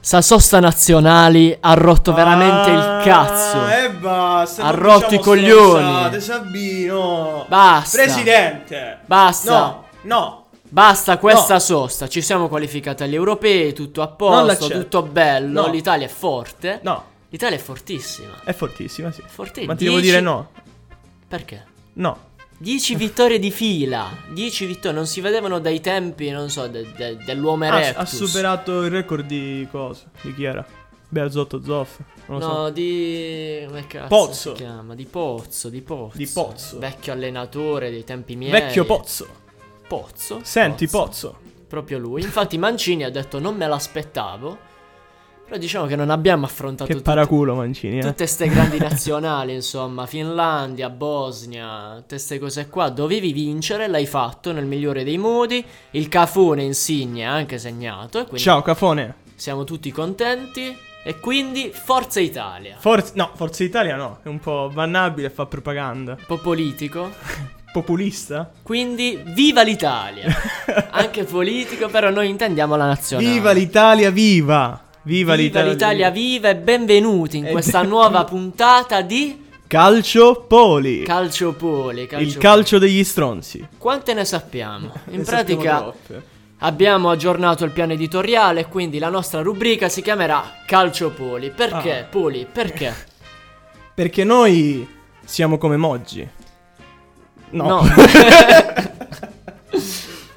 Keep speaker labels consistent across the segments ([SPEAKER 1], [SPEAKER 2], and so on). [SPEAKER 1] Salsosta Nazionali ha rotto veramente
[SPEAKER 2] Ah,
[SPEAKER 1] il cazzo.
[SPEAKER 2] E eh, basta.
[SPEAKER 1] Ha
[SPEAKER 2] non
[SPEAKER 1] rotto i
[SPEAKER 2] diciamo
[SPEAKER 1] coglioni.
[SPEAKER 2] stronzate, Sabino.
[SPEAKER 1] Basta.
[SPEAKER 2] Presidente.
[SPEAKER 1] Basta.
[SPEAKER 2] No, no.
[SPEAKER 1] Basta questa
[SPEAKER 2] No.
[SPEAKER 1] sosta, ci siamo qualificati agli europei, tutto a posto,
[SPEAKER 2] l'accetto.
[SPEAKER 1] tutto bello,
[SPEAKER 2] No.
[SPEAKER 1] l'Italia è forte.
[SPEAKER 2] No.
[SPEAKER 1] L'Italia è fortissima.
[SPEAKER 2] È fortissima, sì.
[SPEAKER 1] Fortissima.
[SPEAKER 2] Ma ti devo dire no.
[SPEAKER 1] Perché?
[SPEAKER 2] No.
[SPEAKER 1] 10 vittorie di fila. 10 vittorie. Non si vedevano dai tempi, non so, de- de- dell'uomo
[SPEAKER 2] Ah, Ha,
[SPEAKER 1] erectus.
[SPEAKER 2] ha superato il record di cosa? Di chi era? Beazotto Zoff. Non lo so.
[SPEAKER 1] No, di. Come cazzo
[SPEAKER 2] Pozzo.
[SPEAKER 1] si chiama? Di Pozzo, di Pozzo.
[SPEAKER 2] Di Pozzo.
[SPEAKER 1] Vecchio allenatore dei tempi miei.
[SPEAKER 2] Vecchio Pozzo.
[SPEAKER 1] Pozzo.
[SPEAKER 2] Senti, Pozzo.
[SPEAKER 1] Proprio lui. Infatti, Mancini ha detto: Non me l'aspettavo. Però diciamo che non abbiamo affrontato
[SPEAKER 2] Che
[SPEAKER 1] tutte-
[SPEAKER 2] paraculo, Mancini. Eh.
[SPEAKER 1] Tutte ste grandi nazionali, insomma, Finlandia, Bosnia, tutte ste cose qua, dovevi vincere, l'hai fatto nel migliore dei modi, il cafone insigne ha anche segnato, e quindi
[SPEAKER 2] Ciao, Cafone.
[SPEAKER 1] siamo tutti contenti, e quindi Forza Italia.
[SPEAKER 2] Forza, no, Forza Italia no. È un po' bannabile, fa propaganda.
[SPEAKER 1] Un po' politico,
[SPEAKER 2] Populista?
[SPEAKER 1] Cioè, quindi viva l'Italia! anche politico, però noi intendiamo la nazionale.
[SPEAKER 2] Viva l'Italia, viva! Viva,
[SPEAKER 1] Viva l'Italia viva e benvenuti in
[SPEAKER 2] E
[SPEAKER 1] questa
[SPEAKER 2] ben-
[SPEAKER 1] nuova puntata di
[SPEAKER 2] Calcio Poli.
[SPEAKER 1] Calciopoli.
[SPEAKER 2] Il calcio degli stronzi.
[SPEAKER 1] Quante ne sappiamo? In
[SPEAKER 2] Ne
[SPEAKER 1] pratica
[SPEAKER 2] sappiamo troppe.
[SPEAKER 1] abbiamo aggiornato il piano editoriale, quindi la nostra rubrica si chiamerà Calcio Poli. Perché
[SPEAKER 2] Ah.
[SPEAKER 1] Poli? Perché?
[SPEAKER 2] Perché noi siamo come Moggi. No.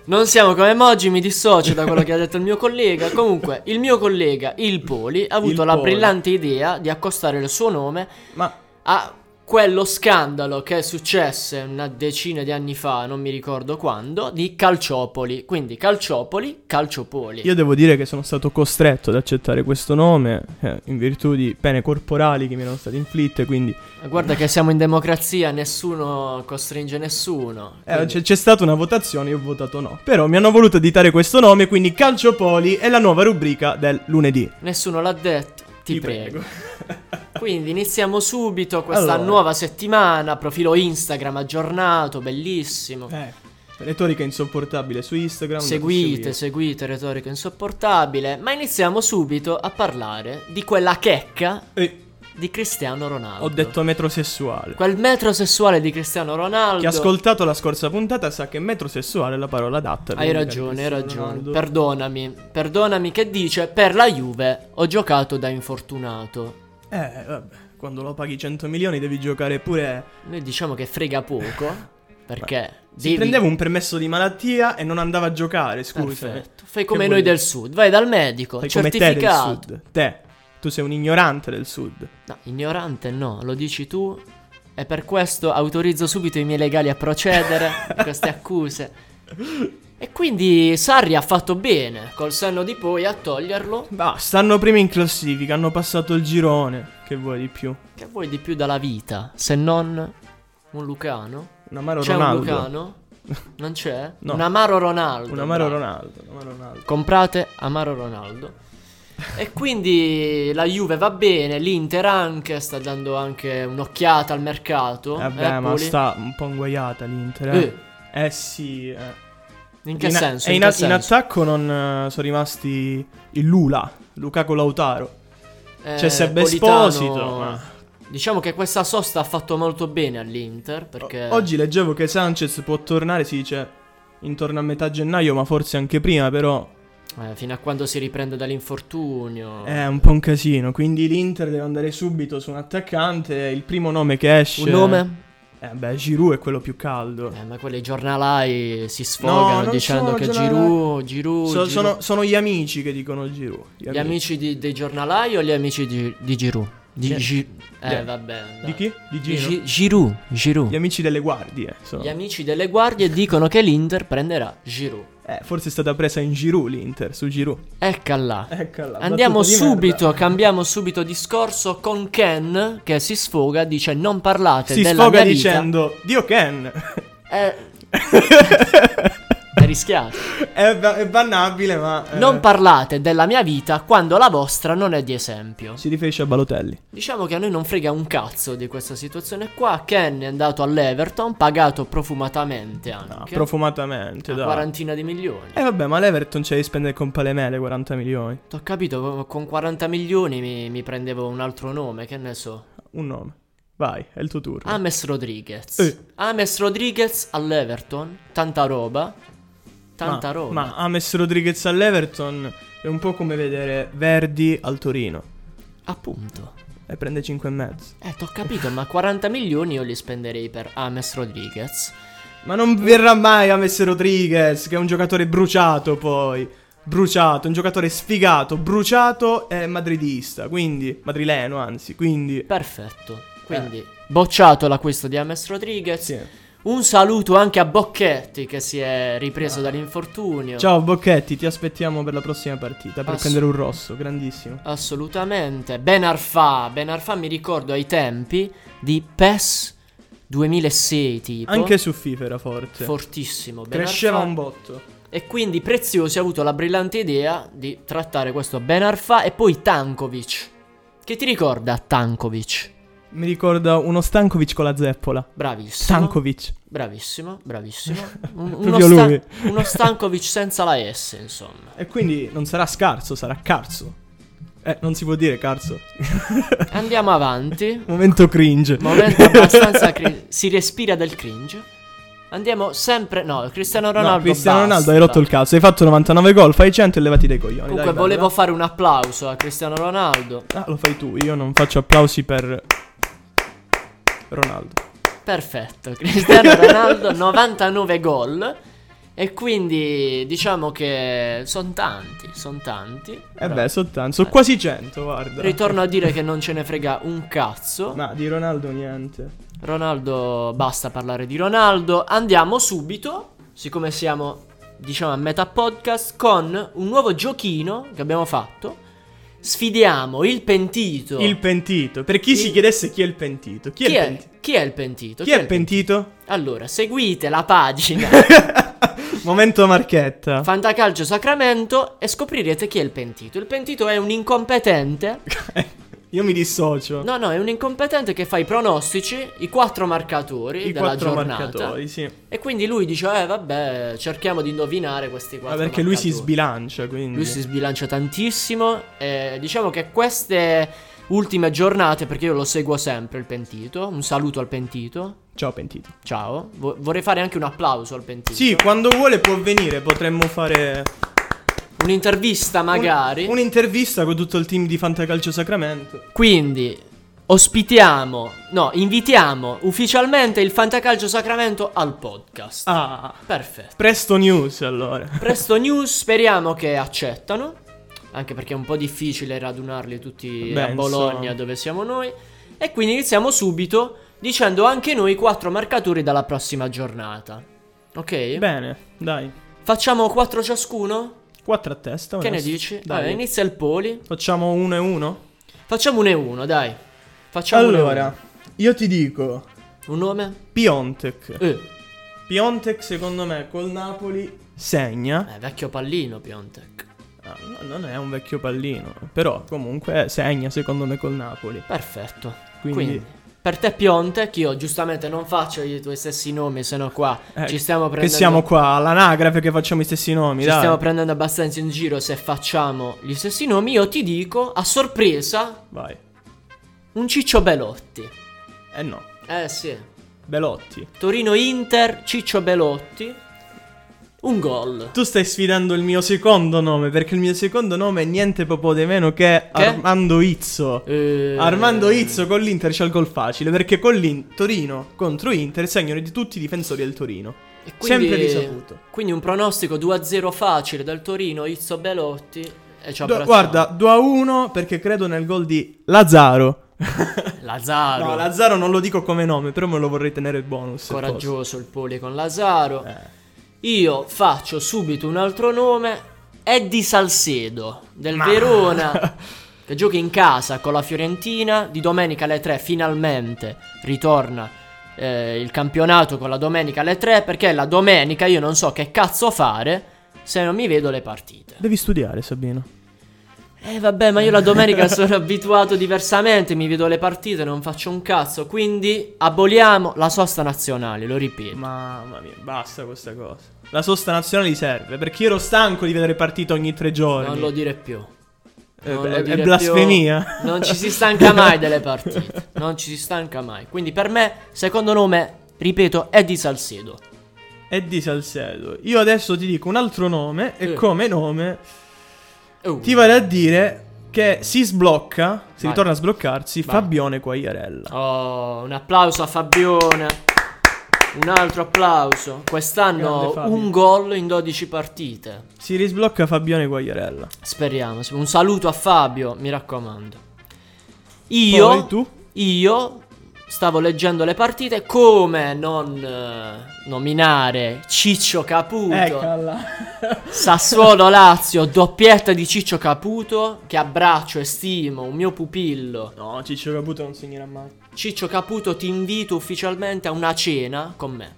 [SPEAKER 1] non siamo come Moggi, mi dissocio da quello che ha detto il mio collega. Comunque, il mio collega, il Poli, ha avuto
[SPEAKER 2] Il
[SPEAKER 1] la
[SPEAKER 2] Poli.
[SPEAKER 1] brillante idea di accostare il suo nome
[SPEAKER 2] Ma
[SPEAKER 1] a quello scandalo che è successo una decina di anni fa, non mi ricordo quando, di Calciopoli. Quindi Calciopoli, Calciopoli.
[SPEAKER 2] io devo dire che sono stato costretto ad accettare questo nome eh, in virtù di pene corporali che mi erano state inflitte, quindi eh,
[SPEAKER 1] Guarda che siamo in democrazia, nessuno costringe nessuno.
[SPEAKER 2] eh,
[SPEAKER 1] Quindi-
[SPEAKER 2] c'è, c'è stata una votazione, io ho votato no. Però mi hanno voluto editare questo nome, quindi Calcio Poli è la nuova rubrica del lunedì.
[SPEAKER 1] Nessuno l'ha detto, ti, prego. Quindi iniziamo subito questa
[SPEAKER 2] Allora.
[SPEAKER 1] nuova settimana, profilo Instagram aggiornato, bellissimo.
[SPEAKER 2] Eh, retorica insopportabile su Instagram. andate a
[SPEAKER 1] Seguite,
[SPEAKER 2] seguire.
[SPEAKER 1] seguite, retorica insopportabile, ma iniziamo subito a parlare di quella checca
[SPEAKER 2] Eh,
[SPEAKER 1] di Cristiano Ronaldo.
[SPEAKER 2] ho detto metrosessuale.
[SPEAKER 1] Quel metrosessuale di Cristiano Ronaldo.
[SPEAKER 2] Chi ha ascoltato la scorsa puntata sa che metrosessuale è la parola adatta. per
[SPEAKER 1] Hai
[SPEAKER 2] indicare
[SPEAKER 1] ragione, hai
[SPEAKER 2] Cristiano
[SPEAKER 1] ragione.
[SPEAKER 2] Ronaldo.
[SPEAKER 1] Perdonami, perdonami che dice per la Juve ho giocato da infortunato.
[SPEAKER 2] Eh, vabbè, quando lo paghi 100 milioni devi giocare pure...
[SPEAKER 1] Noi diciamo che frega poco perché
[SPEAKER 2] Si
[SPEAKER 1] devi-
[SPEAKER 2] prendeva un permesso di malattia e non andava a giocare, scusa. eh.
[SPEAKER 1] Perfetto. Fai come
[SPEAKER 2] Che
[SPEAKER 1] noi
[SPEAKER 2] vuol
[SPEAKER 1] del
[SPEAKER 2] dire?
[SPEAKER 1] sud, vai dal medico,
[SPEAKER 2] Fai come te del
[SPEAKER 1] certificato.
[SPEAKER 2] sud. Te, tu sei un ignorante del sud.
[SPEAKER 1] No, ignorante no, lo dici tu e per questo autorizzo subito i miei legali a procedere a queste accuse. E quindi Sarri ha fatto bene col senno di poi a toglierlo.
[SPEAKER 2] Bah, stanno primi in classifica, hanno passato il girone. Che vuoi di più?
[SPEAKER 1] Che vuoi di più dalla vita se non un Lucano?
[SPEAKER 2] Un amaro
[SPEAKER 1] C'è
[SPEAKER 2] Ronaldo.
[SPEAKER 1] un Lucano? Non c'è?
[SPEAKER 2] No.
[SPEAKER 1] Un Amaro Ronaldo.
[SPEAKER 2] Un amaro
[SPEAKER 1] bravo.
[SPEAKER 2] Ronaldo. Un amaro Ronaldo.
[SPEAKER 1] Eh, Comprate Amaro Ronaldo. E quindi la Juve va bene, l'Inter anche sta dando anche un'occhiata al mercato.
[SPEAKER 2] Vabbè,
[SPEAKER 1] Eh,
[SPEAKER 2] ma
[SPEAKER 1] Poli?
[SPEAKER 2] sta un po' inguaiata l'Inter. Eh,
[SPEAKER 1] Eh,
[SPEAKER 2] Eh, sì. eh.
[SPEAKER 1] in che
[SPEAKER 2] In a-
[SPEAKER 1] senso?
[SPEAKER 2] e
[SPEAKER 1] In
[SPEAKER 2] in,
[SPEAKER 1] che
[SPEAKER 2] a- in
[SPEAKER 1] senso?
[SPEAKER 2] attacco non eh, sono rimasti il Lula, Lukaku Lautaro.
[SPEAKER 1] Eh,
[SPEAKER 2] C'è Seb
[SPEAKER 1] Politano-
[SPEAKER 2] Esposito, ma-
[SPEAKER 1] Diciamo che questa sosta ha fatto molto bene all'Inter perché
[SPEAKER 2] O- Oggi leggevo che Sanchez può tornare, si dice, intorno a metà gennaio, ma forse anche prima, però
[SPEAKER 1] eh, fino a quando si riprende dall'infortunio
[SPEAKER 2] è un po' un casino. Quindi l'Inter deve andare subito su un attaccante. Il primo nome che esce...
[SPEAKER 1] Un nome?
[SPEAKER 2] Eh beh, Giroud è quello più caldo.
[SPEAKER 1] Eh, ma quelli giornalai si sfogano
[SPEAKER 2] non
[SPEAKER 1] dicendo
[SPEAKER 2] sono
[SPEAKER 1] che Giroud,
[SPEAKER 2] giornalai.
[SPEAKER 1] Giroud,
[SPEAKER 2] So-
[SPEAKER 1] Giroud.
[SPEAKER 2] sono, sono gli amici che dicono Giroud.
[SPEAKER 1] Gli amici di- dei giornalai o gli amici di, di Giroud? Di
[SPEAKER 2] Di-
[SPEAKER 1] Gi- Eh,
[SPEAKER 2] di-
[SPEAKER 1] vabbè. dai.
[SPEAKER 2] Di chi? Di
[SPEAKER 1] Di
[SPEAKER 2] Giro.
[SPEAKER 1] Gi- Giroud, Giroud.
[SPEAKER 2] Gli amici delle guardie. sono.
[SPEAKER 1] Gli amici delle guardie dicono che l'Inter prenderà Giroud.
[SPEAKER 2] Eh, forse è stata presa in Giroud l'Inter, su Giroud.
[SPEAKER 1] Eccola.
[SPEAKER 2] Eccola,
[SPEAKER 1] Andiamo
[SPEAKER 2] battuta Eh, di
[SPEAKER 1] subito,
[SPEAKER 2] merda.
[SPEAKER 1] cambiamo subito discorso con Ken che si sfoga, dice non parlate
[SPEAKER 2] Si
[SPEAKER 1] Cioè, della Eh,
[SPEAKER 2] sfoga
[SPEAKER 1] mia vita.
[SPEAKER 2] dicendo Dio Ken.
[SPEAKER 1] Eh, rischiato.
[SPEAKER 2] È, ba- è bannabile, ma. eh,
[SPEAKER 1] Non parlate della mia vita quando la vostra non è di esempio.
[SPEAKER 2] si riferisce a Balotelli.
[SPEAKER 1] Diciamo che a noi non frega un cazzo di questa situazione qua. Ken è andato all'Everton, pagato profumatamente
[SPEAKER 2] No,
[SPEAKER 1] anche.
[SPEAKER 2] profumatamente,
[SPEAKER 1] una
[SPEAKER 2] dai.
[SPEAKER 1] quarantina di milioni.
[SPEAKER 2] Eh vabbè, ma l'Everton c'è di spendere con Palemele 40 milioni.
[SPEAKER 1] T'ho capito, con 40 milioni mi, mi prendevo un altro nome, che ne so.
[SPEAKER 2] Un nome. Vai, è il tuo turno.
[SPEAKER 1] Ames Rodriguez.
[SPEAKER 2] Ah. Eh.
[SPEAKER 1] Ames Rodriguez all'Everton. Tanta roba. Tanta
[SPEAKER 2] ma,
[SPEAKER 1] roba.
[SPEAKER 2] Ma Ames Rodriguez all'Everton è un po' come vedere Verdi al Torino.
[SPEAKER 1] Appunto.
[SPEAKER 2] E prende 5 e mezzo.
[SPEAKER 1] Eh, t'ho capito, ma 40 milioni io li spenderei per Ames Rodriguez.
[SPEAKER 2] Ma non verrà mai Ames Rodriguez, che è un giocatore bruciato poi. Bruciato, un giocatore sfigato, bruciato e madridista, quindi madrileno anzi, quindi...
[SPEAKER 1] Perfetto.
[SPEAKER 2] Eh.
[SPEAKER 1] Quindi, bocciato l'acquisto di Ames Rodriguez.
[SPEAKER 2] Sì.
[SPEAKER 1] Un saluto anche a Bocchetti che si è ripreso dall'infortunio.
[SPEAKER 2] Ciao Bocchetti, ti aspettiamo per la prossima partita per
[SPEAKER 1] Ass-
[SPEAKER 2] prendere un rosso, grandissimo.
[SPEAKER 1] Assolutamente. Ben Arfa. Ben Arfa mi ricordo ai tempi di PES 2006 tipo.
[SPEAKER 2] Anche su FIFA era forte.
[SPEAKER 1] Fortissimo. Ben
[SPEAKER 2] Cresceva
[SPEAKER 1] Arfa.
[SPEAKER 2] un botto.
[SPEAKER 1] E quindi Preziosi ha avuto la brillante idea di trattare questo Ben Arfa e poi Tankovic. Che ti ricorda Tankovic?
[SPEAKER 2] Mi ricorda uno Stankovic con la zeppola.
[SPEAKER 1] Bravissimo.
[SPEAKER 2] Stankovic.
[SPEAKER 1] Bravissimo, bravissimo. Un-
[SPEAKER 2] Proprio
[SPEAKER 1] uno, stan-
[SPEAKER 2] lui.
[SPEAKER 1] uno Stankovic senza la S, insomma.
[SPEAKER 2] E quindi non sarà scarso, sarà carso. Eh, non si può dire carso.
[SPEAKER 1] Andiamo avanti.
[SPEAKER 2] Momento cringe.
[SPEAKER 1] Momento abbastanza cri- si respira del cringe. Andiamo sempre no, Cristiano Ronaldo.
[SPEAKER 2] No, Cristiano
[SPEAKER 1] basta.
[SPEAKER 2] Ronaldo hai rotto il cazzo. Hai fatto 99 gol, fai 100 e levati dai coglioni.
[SPEAKER 1] Comunque
[SPEAKER 2] dai, dai,
[SPEAKER 1] volevo fare un applauso a Cristiano Ronaldo.
[SPEAKER 2] dai. Ah, lo fai tu. Io non faccio applausi per Ronaldo.
[SPEAKER 1] Perfetto, Cristiano Ronaldo 99 gol. E quindi diciamo che sono tanti, sono tanti.
[SPEAKER 2] Eh
[SPEAKER 1] Però
[SPEAKER 2] beh, soltanto. Sono quasi 100, guarda.
[SPEAKER 1] Eh. Ritorno a dire che non ce ne frega un cazzo.
[SPEAKER 2] Ma di Ronaldo niente.
[SPEAKER 1] Ronaldo, basta parlare di Ronaldo. Andiamo subito, siccome siamo diciamo a metà podcast, con un nuovo giochino che abbiamo fatto. Sfidiamo il pentito.
[SPEAKER 2] Il pentito. Per chi
[SPEAKER 1] Il-
[SPEAKER 2] si chiedesse chi è il pentito. Chi,
[SPEAKER 1] chi,
[SPEAKER 2] è il
[SPEAKER 1] è,
[SPEAKER 2] pentito?
[SPEAKER 1] chi è il pentito?
[SPEAKER 2] Chi è il pentito?
[SPEAKER 1] Allora, seguite la pagina
[SPEAKER 2] Momento marchetta.
[SPEAKER 1] Fantacalcio Sacramento e scoprirete chi è il pentito. Il pentito è un incompetente.
[SPEAKER 2] Io mi dissocio.
[SPEAKER 1] No, no, è un incompetente che fa i pronostici, i quattro marcatori
[SPEAKER 2] I
[SPEAKER 1] della
[SPEAKER 2] quattro
[SPEAKER 1] giornata.
[SPEAKER 2] marcatori, sì. Ma
[SPEAKER 1] E quindi lui dice, eh vabbè, cerchiamo di indovinare questi quattro
[SPEAKER 2] Ah, perché lui si
[SPEAKER 1] marcatori."
[SPEAKER 2] sbilancia, quindi.
[SPEAKER 1] Lui si sbilancia tantissimo. E diciamo che queste ultime giornate, perché io lo seguo sempre il pentito, un saluto al pentito.
[SPEAKER 2] Ciao pentito.
[SPEAKER 1] Ciao, Vo- vorrei fare anche un applauso al pentito.
[SPEAKER 2] Sì, quando vuole può venire, potremmo fare
[SPEAKER 1] Un'intervista magari.
[SPEAKER 2] Un- un'intervista con tutto il team di Fantacalcio Sacramento.
[SPEAKER 1] Quindi ospitiamo, no, invitiamo ufficialmente il Fantacalcio Sacramento al podcast.
[SPEAKER 2] Ah,
[SPEAKER 1] Perfetto.
[SPEAKER 2] presto news allora.
[SPEAKER 1] Presto news, speriamo che accettano. Anche perché è un po' difficile radunarli tutti
[SPEAKER 2] Beh,
[SPEAKER 1] a Bologna
[SPEAKER 2] insomma.
[SPEAKER 1] dove siamo noi. E quindi iniziamo subito dicendo anche noi quattro marcatori dalla prossima giornata. Ok?
[SPEAKER 2] Bene, dai.
[SPEAKER 1] Facciamo quattro ciascuno?
[SPEAKER 2] Quattro a testa.
[SPEAKER 1] Che ne
[SPEAKER 2] adesso.
[SPEAKER 1] dici?
[SPEAKER 2] Oh, Dai.
[SPEAKER 1] Vabbè, inizia il poli.
[SPEAKER 2] Facciamo uno e uno.
[SPEAKER 1] Facciamo uno e uno, dai. Facciamo uno e
[SPEAKER 2] allora, io ti dico
[SPEAKER 1] uno. Un nome?
[SPEAKER 2] Piontek.
[SPEAKER 1] Eh,
[SPEAKER 2] Piontek secondo me col Napoli segna.
[SPEAKER 1] eh, vecchio pallino Piontek.
[SPEAKER 2] Ah, no, non è un vecchio pallino, però comunque segna secondo me col Napoli.
[SPEAKER 1] Perfetto.
[SPEAKER 2] Quindi-
[SPEAKER 1] Quindi, per te Piontek, io giustamente non faccio i tuoi stessi nomi, sennò qua
[SPEAKER 2] Eh,
[SPEAKER 1] ci stiamo
[SPEAKER 2] Che
[SPEAKER 1] prendendo
[SPEAKER 2] siamo qua all'anagrafe che facciamo i stessi nomi,
[SPEAKER 1] Ci
[SPEAKER 2] dai.
[SPEAKER 1] stiamo prendendo abbastanza in giro se facciamo gli stessi nomi. Io ti dico, a sorpresa,
[SPEAKER 2] Vai.
[SPEAKER 1] un Ciccio Belotti.
[SPEAKER 2] Eh no,
[SPEAKER 1] Eh sì.
[SPEAKER 2] Belotti.
[SPEAKER 1] Torino-Inter, Ciccio Belotti. Un gol.
[SPEAKER 2] Tu stai sfidando il mio secondo nome, perché il mio secondo nome è niente proprio di meno che, Armando Izzo.
[SPEAKER 1] Eh,
[SPEAKER 2] Armando Izzo con l'Inter c'ha il gol facile, perché con l'In- Torino contro Inter segnano di tutti i difensori del Torino.
[SPEAKER 1] e quindi-
[SPEAKER 2] sempre risaputo.
[SPEAKER 1] Quindi un pronostico 2-0 facile del Torino, Izzo Belotti. E ci
[SPEAKER 2] Du-
[SPEAKER 1] abbracciamo.
[SPEAKER 2] guarda, 2 a 1 perché credo nel gol di Lazzaro.
[SPEAKER 1] Lazzaro.
[SPEAKER 2] No, Lazzaro non lo dico come nome, però me lo vorrei tenere bonus. se
[SPEAKER 1] Coraggioso il Poli con Lazaro.
[SPEAKER 2] posso. Eh.
[SPEAKER 1] Io faccio subito un altro nome, Eddie Salcedo del Verona, che gioca in casa con la Fiorentina, di domenica alle 3 finalmente ritorna eh, il campionato con la domenica alle 3 perché la domenica io non so che cazzo fare se non mi vedo le partite.
[SPEAKER 2] Devi studiare, Sabino.
[SPEAKER 1] Eh vabbè, ma io la domenica sono abituato diversamente, mi vedo le partite, non faccio un cazzo, quindi aboliamo la sosta nazionale, lo ripeto.
[SPEAKER 2] Mamma mia, basta questa cosa. La sosta nazionale gli serve perché io ero stanco di vedere partite ogni tre giorni.
[SPEAKER 1] Non lo dire più.
[SPEAKER 2] Eh,
[SPEAKER 1] non
[SPEAKER 2] beh,
[SPEAKER 1] lo
[SPEAKER 2] è,
[SPEAKER 1] dire più.
[SPEAKER 2] blasfemia.
[SPEAKER 1] Non ci si stanca mai delle partite, non ci si stanca mai. Quindi per me, secondo nome, ripeto, è di Salcedo.
[SPEAKER 2] È di Salcedo. Io adesso ti dico un altro nome e
[SPEAKER 1] Eh.
[SPEAKER 2] come nome
[SPEAKER 1] Oh.
[SPEAKER 2] ti vale a dire che si sblocca, si
[SPEAKER 1] Vai.
[SPEAKER 2] ritorna a sbloccarsi,
[SPEAKER 1] Vai.
[SPEAKER 2] Fabione Quagliarella.
[SPEAKER 1] Oh, un applauso a Fabione. Un altro applauso.
[SPEAKER 2] Grande
[SPEAKER 1] Quest'anno
[SPEAKER 2] Fabio.
[SPEAKER 1] un gol in 12 partite.
[SPEAKER 2] Si risblocca Fabione Quagliarella.
[SPEAKER 1] Speriamo. Un saluto a Fabio, mi raccomando. Io,
[SPEAKER 2] Poi tu?
[SPEAKER 1] io stavo leggendo le partite. Come non eh, nominare Ciccio Caputo?
[SPEAKER 2] Eh, Eccola.
[SPEAKER 1] Sassuolo Lazio, doppietta di Ciccio Caputo. Che abbraccio e stimo, un mio pupillo.
[SPEAKER 2] No, Ciccio Caputo non segnerà mai.
[SPEAKER 1] Ciccio Caputo, ti invito ufficialmente a una cena con me.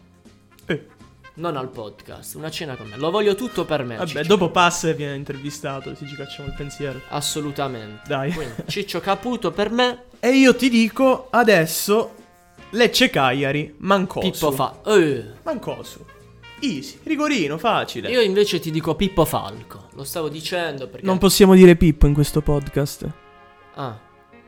[SPEAKER 2] Eh,
[SPEAKER 1] Non al podcast, una cena con me. Lo voglio tutto per me.
[SPEAKER 2] vabbè,
[SPEAKER 1] Ciccio.
[SPEAKER 2] dopo passa e viene intervistato, si ci cacciamo il pensiero.
[SPEAKER 1] Assolutamente.
[SPEAKER 2] Dai.
[SPEAKER 1] Quindi, Ciccio Caputo per me,
[SPEAKER 2] E io ti dico adesso Lecce Cagliari, Mancosu.
[SPEAKER 1] Pippo Fa. Eh,
[SPEAKER 2] Mancosu. Easy, rigorino, facile.
[SPEAKER 1] io invece ti dico Pippo Falco. Lo stavo dicendo perché.
[SPEAKER 2] Non possiamo dire Pippo in questo podcast.
[SPEAKER 1] Ah.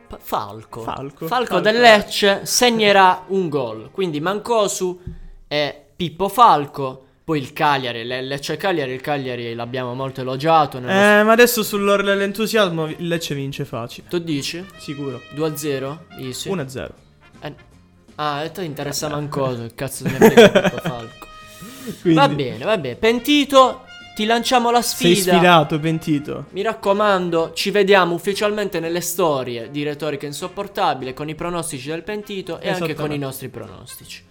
[SPEAKER 1] P- Falco.
[SPEAKER 2] Falco.
[SPEAKER 1] Falco
[SPEAKER 2] Falco.
[SPEAKER 1] del Lecce segnerà un gol. Quindi Mancosu e Pippo Falco. Poi il Cagliari, il Lecce Cagliari, il Cagliari l'abbiamo molto elogiato. nello-
[SPEAKER 2] Eh, ma adesso sull'orlo dell'entusiasmo il Lecce vince facile.
[SPEAKER 1] Tu dici?
[SPEAKER 2] Sicuro.
[SPEAKER 1] 2-0? Easy.
[SPEAKER 2] 1-0.
[SPEAKER 1] Eh, ah, e te interessa
[SPEAKER 2] Eh.
[SPEAKER 1] mancoso, che cazzo ne frega Pippo Falco.
[SPEAKER 2] Quindi
[SPEAKER 1] Va bene, va bene. Pentito, ti lanciamo la
[SPEAKER 2] Sei
[SPEAKER 1] sfida.
[SPEAKER 2] sfidato, pentito.
[SPEAKER 1] Mi raccomando, ci vediamo ufficialmente nelle storie di Retorica Insopportabile con i pronostici del pentito e anche con
[SPEAKER 2] Esattamente.
[SPEAKER 1] i nostri pronostici.